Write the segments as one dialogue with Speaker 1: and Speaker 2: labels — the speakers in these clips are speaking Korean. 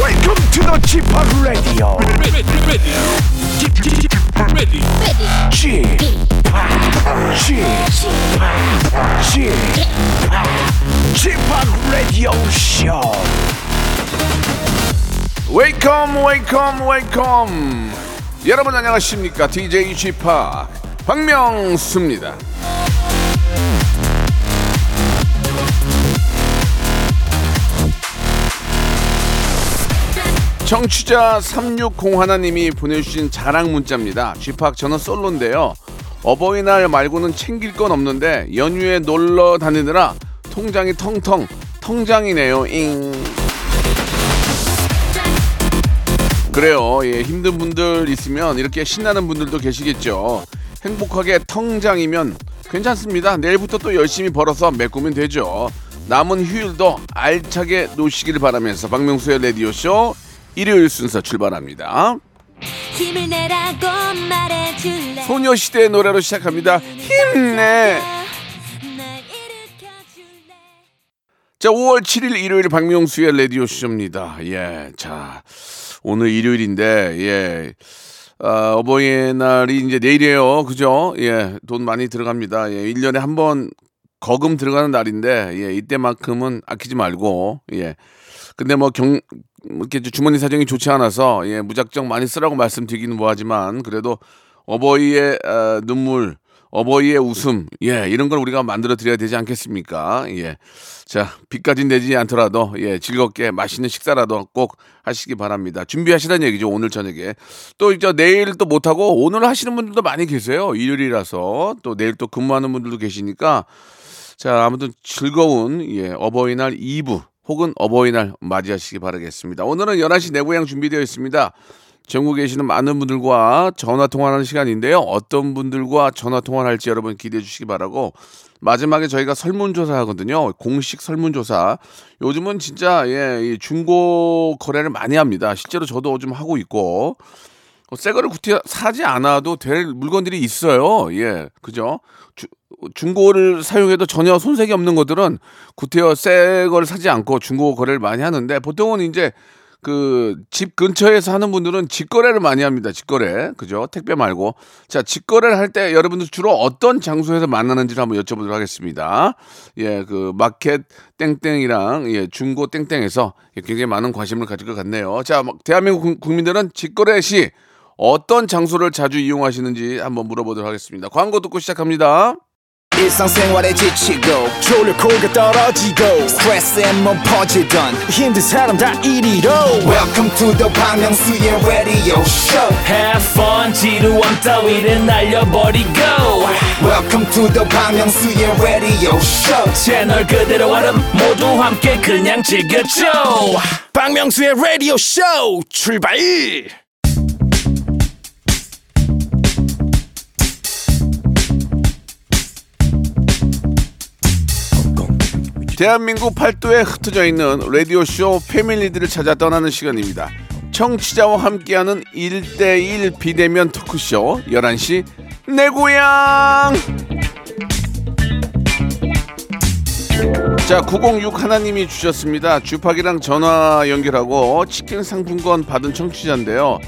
Speaker 1: Welcome to the g p o p Radio.
Speaker 2: ready, ready, ready,
Speaker 1: g p o p G-POP, G-POP Radio Show.
Speaker 3: 웨이컴 웨이컴 웨이컴 여러분 안녕하십니까 DJ g p o p 박명수입니다 청취자 3601님이 보내주신 자랑 문자입니다. 쥐팍 저는 솔로인데요. 어버이날 말고는 챙길 건 없는데 연휴에 놀러 다니느라 통장이 텅텅 통장이네요. 잉. 그래요. 예, 힘든 분들 있으면 이렇게 신나는 분들도 계시겠죠. 행복하게 텅장이면 괜찮습니다. 내일부터 또 열심히 벌어서 메꾸면 되죠. 남은 휴일도 알차게 노시길 바라면서 박명수의 라디오쇼 일요일 순서 출발합니다.
Speaker 4: 힘을 내라고 말해줄래
Speaker 3: 소녀시대의 노래로 시작합니다. 힘내!
Speaker 4: 날 일으켜줄래
Speaker 3: 자, 5월 7일 일요일 박명수의 라디오 쇼입니다. 예, 자, 오늘 일요일인데, 예, 아, 어버이날이 이제 내일이에요. 그죠? 예, 돈 많이 들어갑니다. 예, 1년에 한 번 거금 들어가는 날인데, 예, 이때만큼은 아끼지 말고, 예. 근데 뭐 경, 이렇게 주머니 사정이 좋지 않아서, 예, 무작정 많이 쓰라고 말씀드리기는 뭐하지만, 그래도 어버이의 아, 눈물, 어버이의 웃음, 예, 이런 걸 우리가 만들어 드려야 되지 않겠습니까? 예. 자, 빚까지 내지 않더라도, 예, 즐겁게 맛있는 식사라도 꼭 하시기 바랍니다. 준비하시라는 얘기죠, 오늘 저녁에. 또, 이제 내일 또 못하고, 오늘 하시는 분들도 많이 계세요. 일요일이라서. 또 내일 또 근무하는 분들도 계시니까. 자, 아무튼 즐거운, 예, 어버이날 2부 혹은 어버이날 맞이하시기 바라겠습니다. 오늘은 11시 내고향 준비되어 있습니다. 전국에 계시는 많은 분들과 전화 통화하는 시간인데요. 어떤 분들과 전화 통화를 할지 여러분 기대해 주시기 바라고 마지막에 저희가 설문조사 하거든요. 공식 설문조사. 요즘은 진짜 예, 이 중고 거래를 많이 합니다. 실제로 저도 좀 하고 있고 어, 새 거를 구티 사지 않아도 될 물건들이 있어요. 예, 그죠? 주- 중고를 사용해도 전혀 손색이 없는 것들은 구태여 새걸 사지 않고 중고 거래를 많이 하는데 보통은 이제 그 집 근처에서 하는 분들은 직거래를 많이 합니다. 직거래. 그죠? 택배 말고. 자, 직거래를 할 때 여러분들 주로 어떤 장소에서 만나는지를 한번 여쭤보도록 하겠습니다. 예, 그 마켓 땡땡이랑 예, 중고 땡땡에서 예, 굉장히 많은 관심을 가질 것 같네요. 자, 막 대한민국 국- 국민들은 직거래 시 어떤 장소를 자주 이용하시는지 한번 물어보도록 하겠습니다. 광고 듣고 시작합니다.
Speaker 5: 일상생활에 지치고,
Speaker 1: 졸려 코가 떨어지고
Speaker 5: 스트레스에 몸 퍼지던,
Speaker 1: 힘든 사람 다 이리로.
Speaker 5: welcome to the Bang Myung-soo's radio show
Speaker 6: Have fun 지루함 따위를 날려버리고
Speaker 5: welcome to the Bang Myung-soo's radio show
Speaker 6: 채널 그대로 와름 모두 함께 그냥 즐겨줘
Speaker 1: 박명수의 라디오 쇼 출발.
Speaker 3: 대한민국 팔도에 흩어져 있는 라디오쇼 패밀리들을 찾아 떠나는 시간입니다. 청취자와 함께하는 1대1 비대면 토크쇼 11시 내 고향 자, 906 하나님이 주셨습니다. 주팍이랑 전화 연결하고 치킨 상품권 받은 청취자인데요.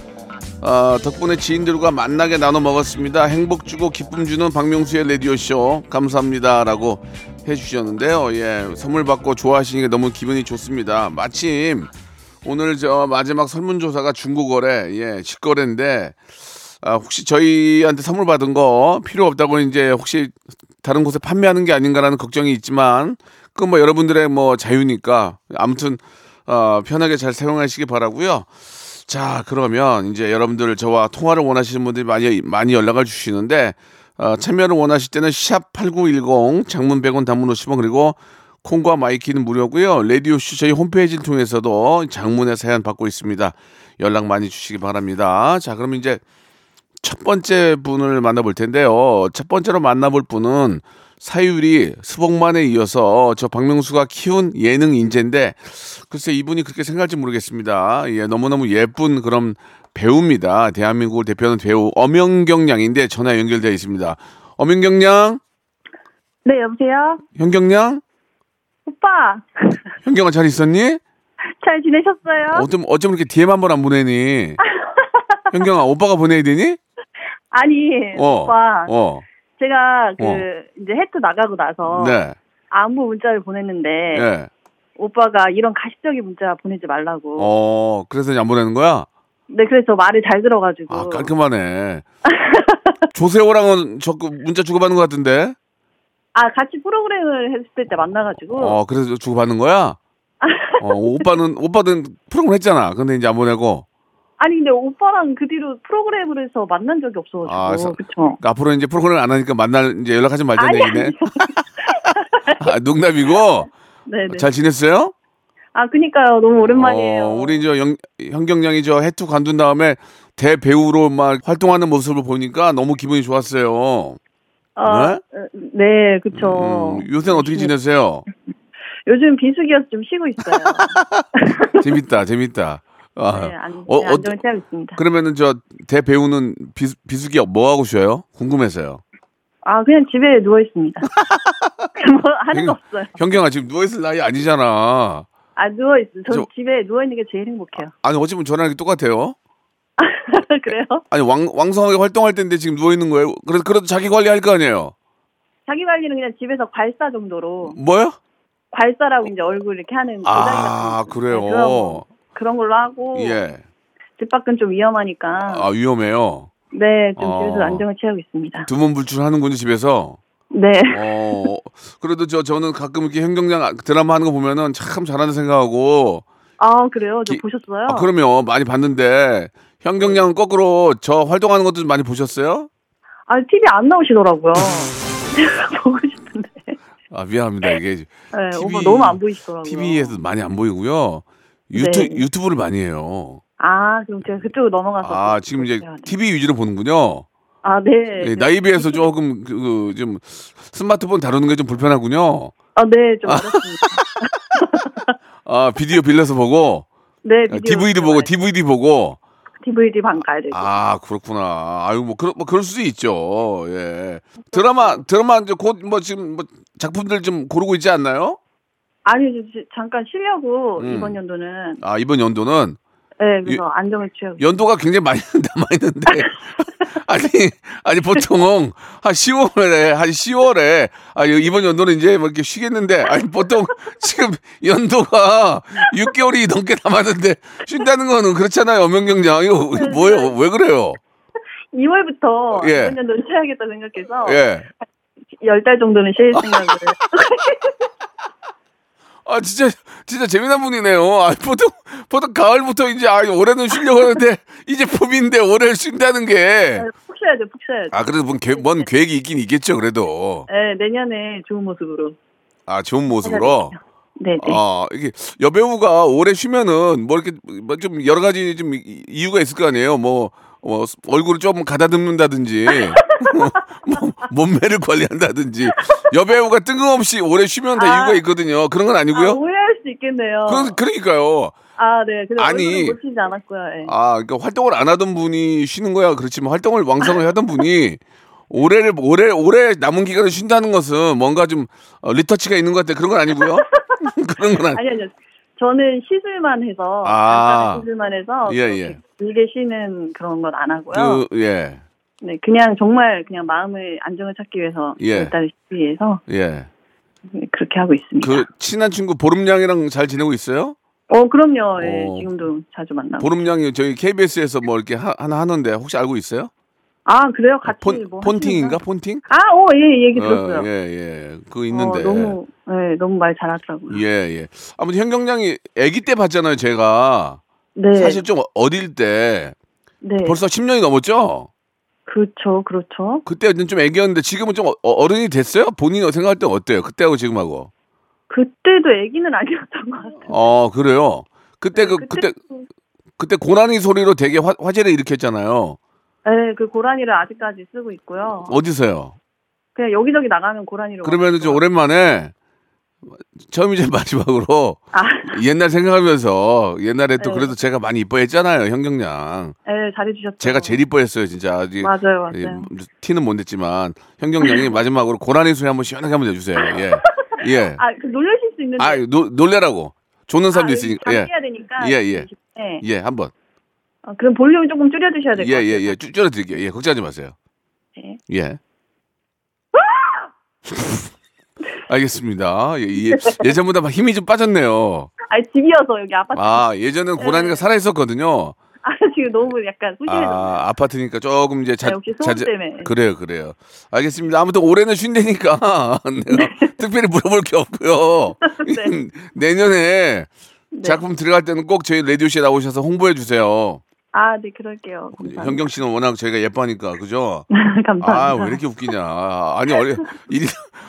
Speaker 3: 아, 덕분에 지인들과 만나게 나눠 먹었습니다. 행복 주고 기쁨 주는 박명수의 라디오 쇼 감사합니다라고 해주셨는데요. 예, 선물 받고 좋아하시는 게 너무 기분이 좋습니다. 마침 오늘 저 마지막 설문조사가 중고거래, 예, 직거래인데 아, 혹시 저희한테 선물 받은 거 필요 없다고 이제 혹시 다른 곳에 판매하는 게 아닌가라는 걱정이 있지만 그 뭐 여러분들의 뭐 자유니까 아무튼 어, 편하게 잘 사용하시기 바라고요. 자 그러면 이제 여러분들 저와 통화를 원하시는 분들이 많이 많이 연락을 주시는데 어, 참여를 원하실 때는 샵 #8910 장문 100원 단문 50원 그리고 콩과 마이키는 무료고요. 라디오 쇼 저희 홈페이지를 통해서도 장문의 사연 받고 있습니다. 연락 많이 주시기 바랍니다. 자 그럼 이제 첫 번째 분을 만나볼 텐데요. 첫 번째로 만나볼 분은 사유리 수복만에 이어서 저 박명수가 키운 예능 인재인데 글쎄 이분이 그렇게 생각할지 모르겠습니다. 예, 너무너무 예쁜 그런 배우입니다. 대한민국을 대표하는 배우 엄영경 양인데 전화 연결되어 있습니다. 엄영경 양,
Speaker 7: 네, 여보세요?
Speaker 3: 현경 양,
Speaker 7: 오빠!
Speaker 3: 현경아 잘 있었니?
Speaker 7: 잘 지내셨어요?
Speaker 3: 어쩜 어쩜 이렇게 DM 한 번 안 보내니? 현경아 오빠가 보내야 되니?
Speaker 7: 아니,
Speaker 3: 어.
Speaker 7: 네, 오빠,
Speaker 3: 어.
Speaker 7: 제가 그
Speaker 3: 어.
Speaker 7: 이제 해트 나가고 나서
Speaker 3: 네.
Speaker 7: 안부 문자를 보냈는데
Speaker 3: 예.
Speaker 7: 오빠가 이런 가식적인 문자 보내지 말라고.
Speaker 3: 어 그래서 이제 안 보내는 거야?
Speaker 7: 네, 그래서 말을 잘 들어가지고.
Speaker 3: 아 깔끔하네. 조세호랑은 저그 문자 주고받는 것 같은데.
Speaker 7: 아, 같이 프로그램을 했을 때 만나가지고.
Speaker 3: 어 그래서 주고받는 거야? 어 오빠는 오빠는 프로그램 했잖아. 근데 이제 안 보내고.
Speaker 7: 아니 근데 오빠랑 그 뒤로 프로그램을 해서 만난 적이 없어가지고.
Speaker 3: 아, 사-
Speaker 7: 그쵸.
Speaker 3: 앞으로 이제 프로그램 안 하니까 만날 이제 연락하지 말자는
Speaker 7: 아니,
Speaker 3: 얘기네. 아, 농담이고
Speaker 7: 네네.
Speaker 3: 잘 지냈어요?
Speaker 7: 아, 그니까요. 너무 오랜만이에요.
Speaker 3: 어, 우리 저 영, 현경양이 저 해투 관둔 다음에 대배우로 막 활동하는 모습을 보니까 너무 기분이 좋았어요.
Speaker 7: 아, 네, 그쵸.
Speaker 3: 음, 요새는
Speaker 7: 네.
Speaker 3: 어떻게 지내세요?
Speaker 7: 요즘 비수기여서 좀 쉬고 있어요.
Speaker 3: 재밌다, 재밌다. 아,
Speaker 7: 네, 안,
Speaker 3: 어,
Speaker 7: 네,
Speaker 3: 어,
Speaker 7: 안정을 취하고 있습니다.
Speaker 3: 그러면은 저 대배우는 비, 비수기 뭐 하고 쉬어요? 궁금해서요.
Speaker 7: 아, 그냥 집에 누워 있습니다. 뭐 하는 거 없어요.
Speaker 3: 현경아 지금 누워 있을 나이 아니잖아.
Speaker 7: 아, 누워 있어요. 저는
Speaker 3: 저-
Speaker 7: 집에 누워 있는 게 제일 행복해요.
Speaker 3: 아니 어찌 보면 저랑 이렇게 똑같아요.
Speaker 7: 그래요?
Speaker 3: 아니 왕, 왕성하게 활동할 때인데 지금 누워 있는 거예요. 그래도 그래도 자기 관리할 거 아니에요.
Speaker 7: 자기 관리는 그냥 집에서 괄사 정도로
Speaker 3: 뭐요?
Speaker 7: 괄사라고 이제 얼굴 이렇게 하는 도자기
Speaker 3: 아
Speaker 7: 같은 거. 네, 그런
Speaker 3: 그래요.
Speaker 7: 거, 그런 걸로 하고
Speaker 3: 예.
Speaker 7: 집 밖은 좀 위험하니까
Speaker 3: 아 위험해요.
Speaker 7: 네, 좀
Speaker 3: 어.
Speaker 7: 집에서 안정을 취하고 있습니다.
Speaker 3: 두문불출하는군요 집에서.
Speaker 7: 네.
Speaker 3: 어 그래도 저 저는 가끔 이렇게 현경장 아, 드라마 하는 거 보면은 참 잘하는 생각하고.
Speaker 7: 아, 그래요? 저
Speaker 3: 기-
Speaker 7: 보셨어요?
Speaker 3: 아, 그러면 많이 봤는데 현경양은 거꾸로 저 활동하는 것도 많이 보셨어요?
Speaker 7: 아, TV 안 나오시더라고요. 보고 싶은데.
Speaker 3: 아 미안합니다 이게
Speaker 7: 네,
Speaker 3: TV
Speaker 7: 오빠 너무 안 보이시더라고요.
Speaker 3: TV에서 많이 안 보이고요. 유튜
Speaker 7: 네.
Speaker 3: 유튜브를 많이 해요.
Speaker 7: 아, 그럼 제가 그쪽으로 넘어가서.
Speaker 3: 아
Speaker 7: 또
Speaker 3: 지금 이제
Speaker 7: 볼게요. 네.
Speaker 3: TV 위주로 보는군요.
Speaker 7: 아, 네.
Speaker 3: 예, 나이 비해서 조금 그, 그, 좀 스마트폰 다루는 게 좀 불편하군요.
Speaker 7: 아, 네, 좀 어렵습니다.
Speaker 3: 아 비디오 빌려서 보고
Speaker 7: 네,
Speaker 3: 아,
Speaker 7: 비디오
Speaker 3: DVD
Speaker 7: 가야
Speaker 3: 보고
Speaker 7: 돼.
Speaker 3: DVD 보고
Speaker 7: DVD 방 가야 되고.
Speaker 3: 아 그렇구나. 아유 뭐 그런 뭐 그럴 수도 있죠. 예 드라마 드라마 이제 곧 뭐 지금 뭐 작품들 좀 고르고 있지 않나요?
Speaker 7: 아니, 저 지- 잠깐 쉬려고
Speaker 3: 음.
Speaker 7: 이번 연도는
Speaker 3: 아 이번 연도는
Speaker 7: 네, 그래서 안정을 취하고.
Speaker 3: 연도가 굉장히 많이 남아 있는데 아니 아니 보통 한 10월에 한 10월에 아 이번 연도는 이제 뭐 이렇게 쉬겠는데 아니 보통 지금 연도가 6개월이 넘게 남았는데 쉰다는 거는 그렇잖아요 명경장 이거 뭐예요 왜 그래요
Speaker 7: 2월부터
Speaker 3: 예.
Speaker 7: 이번 연도는 쉬어야겠다 생각해서
Speaker 3: 예.
Speaker 7: 열 달 정도는 쉴 생각을.
Speaker 3: 아 진짜 진짜 재미난 분이네요. 아 보통 보통 가을부터 이제 아 올해는 쉬려고 하는데 이제 봄인데 올해 쉰다는 게
Speaker 7: 네, 푹 쉬어야 돼, 푹 쉬어야 돼.
Speaker 3: 아 그래도 뭔, 계획, 뭔 계획이 있긴 있겠죠 그래도
Speaker 7: 네, 내년에 좋은 모습으로.
Speaker 3: 아 좋은 모습으로
Speaker 7: 네, 네.
Speaker 3: 아 이게 여배우가 오래 쉬면은 뭐 이렇게 뭐좀 여러 가지 좀 이- 이유가 있을 거 아니에요. 뭐, 어, 스- 얼굴을 좀 가다듬는다든지 뭐, 몸매를 관리한다든지 여배우가 뜬금없이 오래 쉬면 다
Speaker 7: 아. 뭐.
Speaker 3: 이유가 있거든요. 그런 건
Speaker 7: 아,
Speaker 3: 아니고요.
Speaker 7: 오해할 수 있겠네요.
Speaker 3: 그런 그러니까요.
Speaker 7: 아, 네. 근데
Speaker 3: 아니.
Speaker 7: 아니. 못 쉬지 않았고요. 예.
Speaker 3: 아 그러니까 활동을 안 하던 분이 쉬는 거야. 그렇지만 활동을 왕성을 하던 분이 올해를 올해 올해 남은 기간을 쉰다는 것은 뭔가 좀 어, 리터치가 있는 것 같아. 그런 건 아니고요. 그런 건 아니.
Speaker 7: 아니, 아니요. 저는 시술만 해서,
Speaker 3: 아.
Speaker 7: 잠깐 시술만 해서,
Speaker 3: 예,
Speaker 7: 그렇게
Speaker 3: 예.
Speaker 7: 길게 쉬는 그런 건 안 하고요.
Speaker 3: 그 예.
Speaker 7: 네, 그냥 정말 그냥 마음의 안정을 찾기 위해서,
Speaker 3: 예.
Speaker 7: 일단 위해서
Speaker 3: 예.
Speaker 7: 그렇게 하고 있습니다.
Speaker 3: 그 친한 친구 보름양이랑 잘 지내고 있어요?
Speaker 7: 어, 그럼요. 예,
Speaker 3: 어.
Speaker 7: 지금도 자주 만나고.
Speaker 3: 보름양이 저희 KBS에서 뭐 이렇게 하, 하나 하는데 혹시 알고 있어요?
Speaker 7: 아, 그래요? 같이
Speaker 3: 폰,
Speaker 7: 뭐
Speaker 3: 폰팅인가
Speaker 7: 하십니까?
Speaker 3: 폰팅?
Speaker 7: 아, 오, 예, 얘기 들었어요.
Speaker 3: 어, 예, 예. 그거 있는데.
Speaker 7: 어, 너무, 예, 너무 말 잘하더라고요.
Speaker 3: 예, 예. 아무튼 현경양이 아기 때 봤잖아요, 제가.
Speaker 7: 네.
Speaker 3: 사실 좀 어릴 때
Speaker 7: 네.
Speaker 3: 벌써 10년이 넘었죠?
Speaker 7: 그렇죠, 그렇죠.
Speaker 3: 그때는 좀 애기였는데 지금은 좀 어- 어른이 됐어요? 본인이 생각할 때 어때요? 그때하고 지금하고.
Speaker 7: 그때도 애기는 아니었던 것 같아요.
Speaker 3: 어, 그래요. 그때 그 그때
Speaker 7: 네, 그때-
Speaker 3: 그때 고라니 소리로 되게 화, 화제를 일으켰잖아요.
Speaker 7: 네, 그 고라니를 아직까지 쓰고 있고요.
Speaker 3: 어디서요?
Speaker 7: 그냥 여기저기 나가면 고라니로.
Speaker 3: 그러면 좀 오랜만에 처음이자 마지막으로
Speaker 7: 아,
Speaker 3: 옛날 생각하면서 옛날에 또
Speaker 7: 네.
Speaker 3: 그래도 제가 많이 이뻐했잖아요 현경양
Speaker 7: 네, 잘해주셨죠.
Speaker 3: 제가 제일 이뻐했어요 진짜 아직
Speaker 7: 맞아요, 맞아요.
Speaker 3: 예, 티는 못 냈지만 현경양이 마지막으로 고라니 소리 한번 시원하게 한번 내주세요 예예
Speaker 7: 아, 그 놀라실 수 있는데.
Speaker 3: 아, 놀래라고 조는 사람도
Speaker 7: 아,
Speaker 3: 있으니까 예
Speaker 7: 잠겨야 되니까. 테니까.
Speaker 3: 예, 예.
Speaker 7: 네.
Speaker 3: 예, 한번.
Speaker 7: 어, 그럼 볼륨 조금 줄여주셔야 될 것
Speaker 3: 예,
Speaker 7: 같아요.
Speaker 3: 예, 예. 쭉 줄여 드릴게요. 예, 걱정하지 마세요.
Speaker 7: 네.
Speaker 3: 예. 알겠습니다. 예, 예, 예전보다 막 힘이 좀 빠졌네요.
Speaker 7: 아, 집이어서 여기 아파트. 아,
Speaker 3: 아, 예전엔 고라니가 살아 있었거든요.
Speaker 7: 지금 너무 약간 소심해졌어요.
Speaker 3: 아, 아파트니까 조금 이제 자,
Speaker 7: 아, 역시 네. 소음 때문에.
Speaker 3: 그래요, 그래요. 알겠습니다. 아무튼 올해는 쉰대니까 네. 특별히 물어볼 게 없고요.
Speaker 7: 네.
Speaker 3: 내년에 작품 들어갈 때는 꼭 저희 라디오 씨에 나오셔서 홍보해 주세요.
Speaker 7: 아, 네, 그럴게요. 감사합니다.
Speaker 3: 현경 씨는 워낙 저희가 예뻐하니까 그죠? 아,
Speaker 7: 감사합니다.
Speaker 3: 왜 이렇게 웃기냐. 아, 아니, 어려, 일,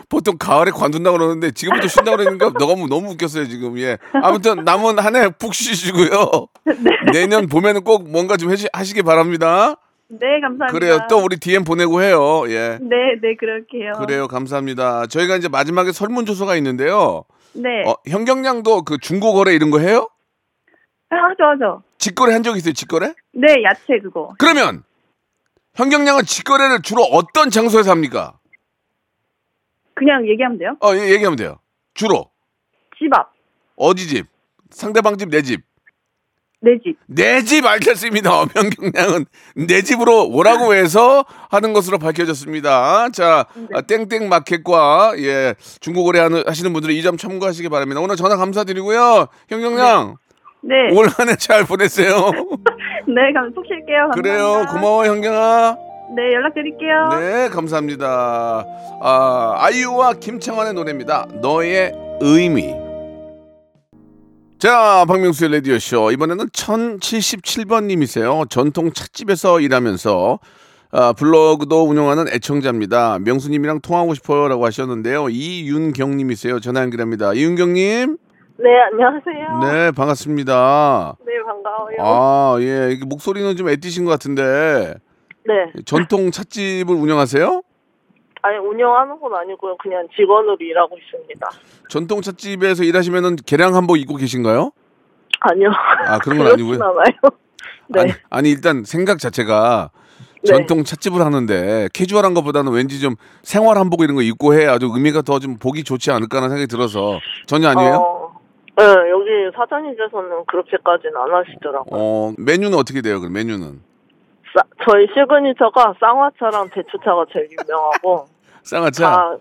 Speaker 3: 보통 가을에 관둔다 그러는데 지금부터 쉰다 그러니까 너가 뭐 너무 웃겼어요, 지금. 예. 아무튼 남은 한 해 푹 쉬시고요. 내년 봄에는 꼭 뭔가 좀 해시, 하시기 바랍니다.
Speaker 7: 네, 감사합니다.
Speaker 3: 그래요. 또 우리 DM 보내고 해요. 예.
Speaker 7: 네, 네, 그럴게요.
Speaker 3: 그래요. 감사합니다. 저희가 이제 마지막에 설문조사가 있는데요.
Speaker 7: 네.
Speaker 3: 어, 현경량도 그 중고거래 이런 거 해요?
Speaker 7: 아, 하죠, 하죠.
Speaker 3: 직거래 한 적 있어요, 직거래?
Speaker 7: 네, 야채 그거.
Speaker 3: 그러면 현경량은 직거래를 주로 어떤 장소에서 합니까?
Speaker 7: 그냥 얘기하면 돼요?
Speaker 3: 어, 예, 얘기하면 돼요. 주로.
Speaker 7: 집 앞,
Speaker 3: 어디 집? 상대방 집, 내 집.
Speaker 7: 내 집.
Speaker 3: 내 집 알겠습니다. 엄영경량은 내 집으로 오라고 해서 하는 것으로 밝혀졌습니다. 자, 아, 땡땡 마켓과 예, 중고거래 하는- 하시는 분들이 이 점 참고하시기 바랍니다. 오늘 전화 감사드리고요. 형경량
Speaker 7: 네.
Speaker 3: 올 한 해 잘 보내세요.
Speaker 7: 네, 감, 푹 쉴게요. 감사합니다.
Speaker 3: 그래요. 고마워 형경아.
Speaker 7: 네, 연락드릴게요.
Speaker 3: 네, 감사합니다. 아, 아이유와 김창완의 노래입니다. 너의 의미. 자, 박명수의 라디오쇼. 이번에는 1077번님이세요. 전통 찻집에서 일하면서 아, 블로그도 운영하는 애청자입니다. 명수님이랑 통화하고 싶어요 라고 하셨는데요. 이윤경님이세요. 전화 연결합니다. 이윤경님.
Speaker 7: 네, 안녕하세요.
Speaker 3: 네, 반갑습니다.
Speaker 7: 네, 반가워요.
Speaker 3: 아, 예. 이게 목소리는 좀 애띠신 것 같은데.
Speaker 8: 네.
Speaker 3: 전통 찻집을 운영하세요?
Speaker 8: 아니, 운영하는 건 아니고요. 그냥 직원으로 일하고 있습니다.
Speaker 3: 전통 찻집에서 일하시면은 개량 한복 입고 계신가요?
Speaker 8: 아니요.
Speaker 3: 아, 그런 건 아니고요?
Speaker 8: 그렇진 않아요. 네.
Speaker 3: 아니, 아니, 일단 생각 자체가
Speaker 8: 네.
Speaker 3: 전통 찻집을 하는데 캐주얼한 것보다는 왠지 좀 생활 한복 이런 거 입고 해야 아주 의미가 더 좀 보기 좋지 않을까라는 생각이 들어서 전혀 아니에요.
Speaker 8: 어, 네, 여기 사장님께서는 그렇게까지는 안 하시더라고요.
Speaker 3: 어, 메뉴는 어떻게 돼요? 그럼 메뉴는
Speaker 8: 싸- 저희 시그니처가 쌍화차랑 대추차가 제일 유명하고
Speaker 3: 쌍화차.
Speaker 8: 다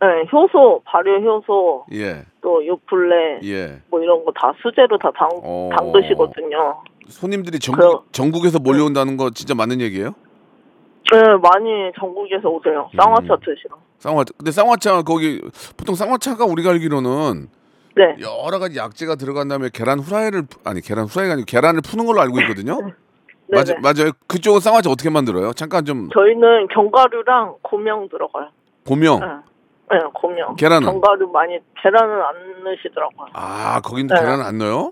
Speaker 8: 네, 효소, 발효 효소,
Speaker 3: 예,
Speaker 8: 또 유플레
Speaker 3: 예.
Speaker 8: 뭐 이런 거 다 수제로 다 담,
Speaker 3: 어.
Speaker 8: 담그시거든요.
Speaker 3: 손님들이
Speaker 8: 그럼-
Speaker 3: 전국 전국에서 몰려온다는 거 진짜 맞는 얘기예요?
Speaker 8: 네, 많이 전국에서 오세요. 쌍화차
Speaker 3: 음.
Speaker 8: 드시러.
Speaker 3: 쌍화차. 근데 쌍화차 거기 보통 쌍화차가 우리가 알기로는
Speaker 8: 네.
Speaker 3: 여러 가지 약재가 들어간 다음에 계란 후라이를 푸- 아니 계란 후라이가 아니고 계란을 푸는 걸로 알고 있거든요.
Speaker 8: 네네.
Speaker 3: 맞아, 맞아요. 그쪽은 쌍화차 어떻게 만들어요? 잠깐 좀
Speaker 8: 저희는 견과류랑 고명 들어가요.
Speaker 3: 고명.
Speaker 8: 네. 네, 고명.
Speaker 3: 계란은?
Speaker 8: 견과류 많이 계란은 안 넣으시더라고요.
Speaker 3: 아, 거긴
Speaker 8: 네.
Speaker 3: 계란 안 넣어요?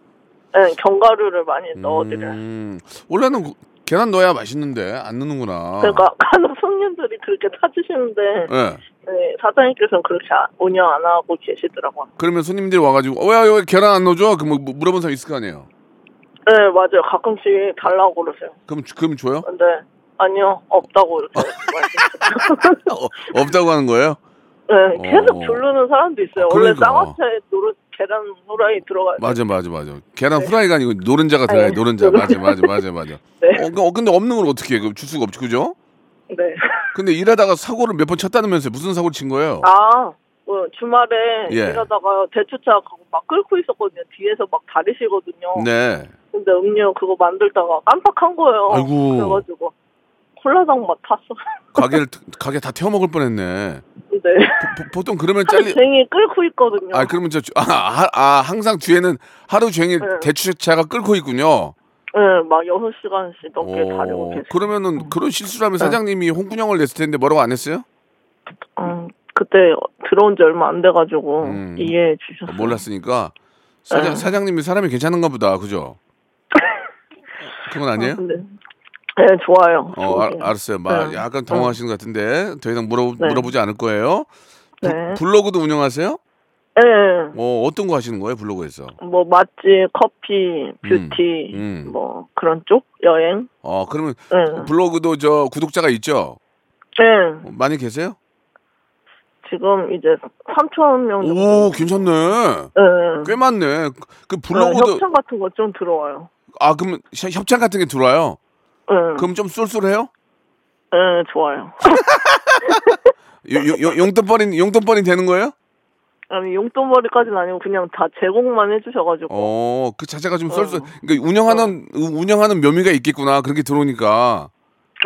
Speaker 8: 네, 견과류를 많이 넣어드려요.
Speaker 3: 음, 원래는 고- 계란 넣어야 맛있는데 안 넣는구나.
Speaker 8: 그러니까 간혹 손님들이 그렇게 찾으시는데
Speaker 3: 예.
Speaker 8: 네, 사장님께서는 그렇게 아- 운영 안 하고 계시더라고요.
Speaker 3: 그러면 손님들이 와가지고 왜, 왜 계란 안 넣어줘? 그럼 뭐 물어본 사람 있을 거 아니에요.
Speaker 8: 네, 맞아요. 가끔씩 달라고 그러세요.
Speaker 3: 그럼 주- 그럼 줘요?
Speaker 8: 근데 아니요, 없다고 이렇게 말씀하시고
Speaker 3: 어, 없다고 하는 거예요?
Speaker 8: 네,
Speaker 3: 어.
Speaker 8: 계속 부르는 사람도 있어요. 원래
Speaker 3: 그러니까.
Speaker 8: 쌍화차에 노릇 계란 후라이 들어가요.
Speaker 3: 맞아 맞아 맞아. 계란 후라이가 아니고 노른자가 들어가요.
Speaker 8: 네.
Speaker 3: 노른자 맞아 맞아 맞아 맞아.
Speaker 8: 네.
Speaker 3: 어, 그- 어, 근데 없는 걸 어떻게 해? 그럼 줄 수가 없지 그죠?
Speaker 8: 네.
Speaker 3: 근데 일하다가 사고를 몇 번 쳤다면서 무슨 사고를 친 거예요?
Speaker 8: 아, 뭐 주말에
Speaker 3: 예.
Speaker 8: 일하다가 대추차 그거 막 끓고 있었거든요. 뒤에서 막 다리시거든요.
Speaker 3: 네.
Speaker 8: 근데 음료 그거 만들다가 깜빡한 거예요.
Speaker 3: 아이고.
Speaker 8: 그래가지고 콜라당 맛 탔어.
Speaker 3: 가게를 가게 다 태워 먹을 뻔했네.
Speaker 8: 근데
Speaker 3: 보- 보통 그러면
Speaker 8: 하루
Speaker 3: 잘리
Speaker 8: 종일 끓고 있거든요.
Speaker 3: 아 그러면 저아 아, 항상 뒤에는 하루 종일
Speaker 8: 네.
Speaker 3: 대추차가 끓고 있군요.
Speaker 8: 네, 막 여섯 시간씩 넘게
Speaker 3: 오,
Speaker 8: 어, 다리고 음. 네. 계세요.
Speaker 3: 그러면은 그런 실수를 하면 사장님이 홍군형을 냈을 텐데 뭐라고 안 했어요?
Speaker 8: 음, 그때 들어온 지 얼마 안 돼가지고
Speaker 3: 음.
Speaker 8: 이해해 주셨어요.
Speaker 3: 몰랐으니까 사장
Speaker 8: 네.
Speaker 3: 사장님이 사람이 괜찮은가 보다 그죠? 그건
Speaker 8: 아,
Speaker 3: 아니에요?
Speaker 8: 근데 네, 좋아요.
Speaker 3: 어 알,
Speaker 8: 좋으세요.
Speaker 3: 알았어요. 막
Speaker 8: 네.
Speaker 3: 약간 당황하시는 것 같은데 더 이상 물어
Speaker 8: 네.
Speaker 3: 물어보지 않을 거예요. 부-
Speaker 8: 네.
Speaker 3: 블로그도 운영하세요?
Speaker 8: 네.
Speaker 3: 어 어떤 거 하시는 거예요 블로그에서?
Speaker 8: 뭐 맛집, 커피, 뷰티,
Speaker 3: 음.
Speaker 8: 뭐 그런 쪽 여행.
Speaker 3: 어 그러면
Speaker 8: 네.
Speaker 3: 블로그도 저 구독자가 있죠?
Speaker 8: 네.
Speaker 3: 많이 계세요?
Speaker 8: 지금 이제 3천 명 정도.
Speaker 3: 오, 괜찮네.
Speaker 8: 예.
Speaker 3: 꽤 많네. 그
Speaker 8: 예,
Speaker 3: 블로그도
Speaker 8: 협찬 같은 거 좀 들어와요.
Speaker 3: 아 그럼 시- 협찬 같은 게 들어와요.
Speaker 8: 예.
Speaker 3: 그럼 좀 쏠쏠해요?
Speaker 8: 예, 좋아요.
Speaker 3: 요- 요- 요- 용돈벌이 용돈벌이 되는 거예요?
Speaker 8: 아니 용돈벌이까지는 아니고 그냥 다 제공만 해주셔가지고.
Speaker 3: 어, 그 자체가 좀 쏠쏠. 그러니까 운영하는 우- 운영하는 묘미가 있겠구나. 그렇게 들어오니까.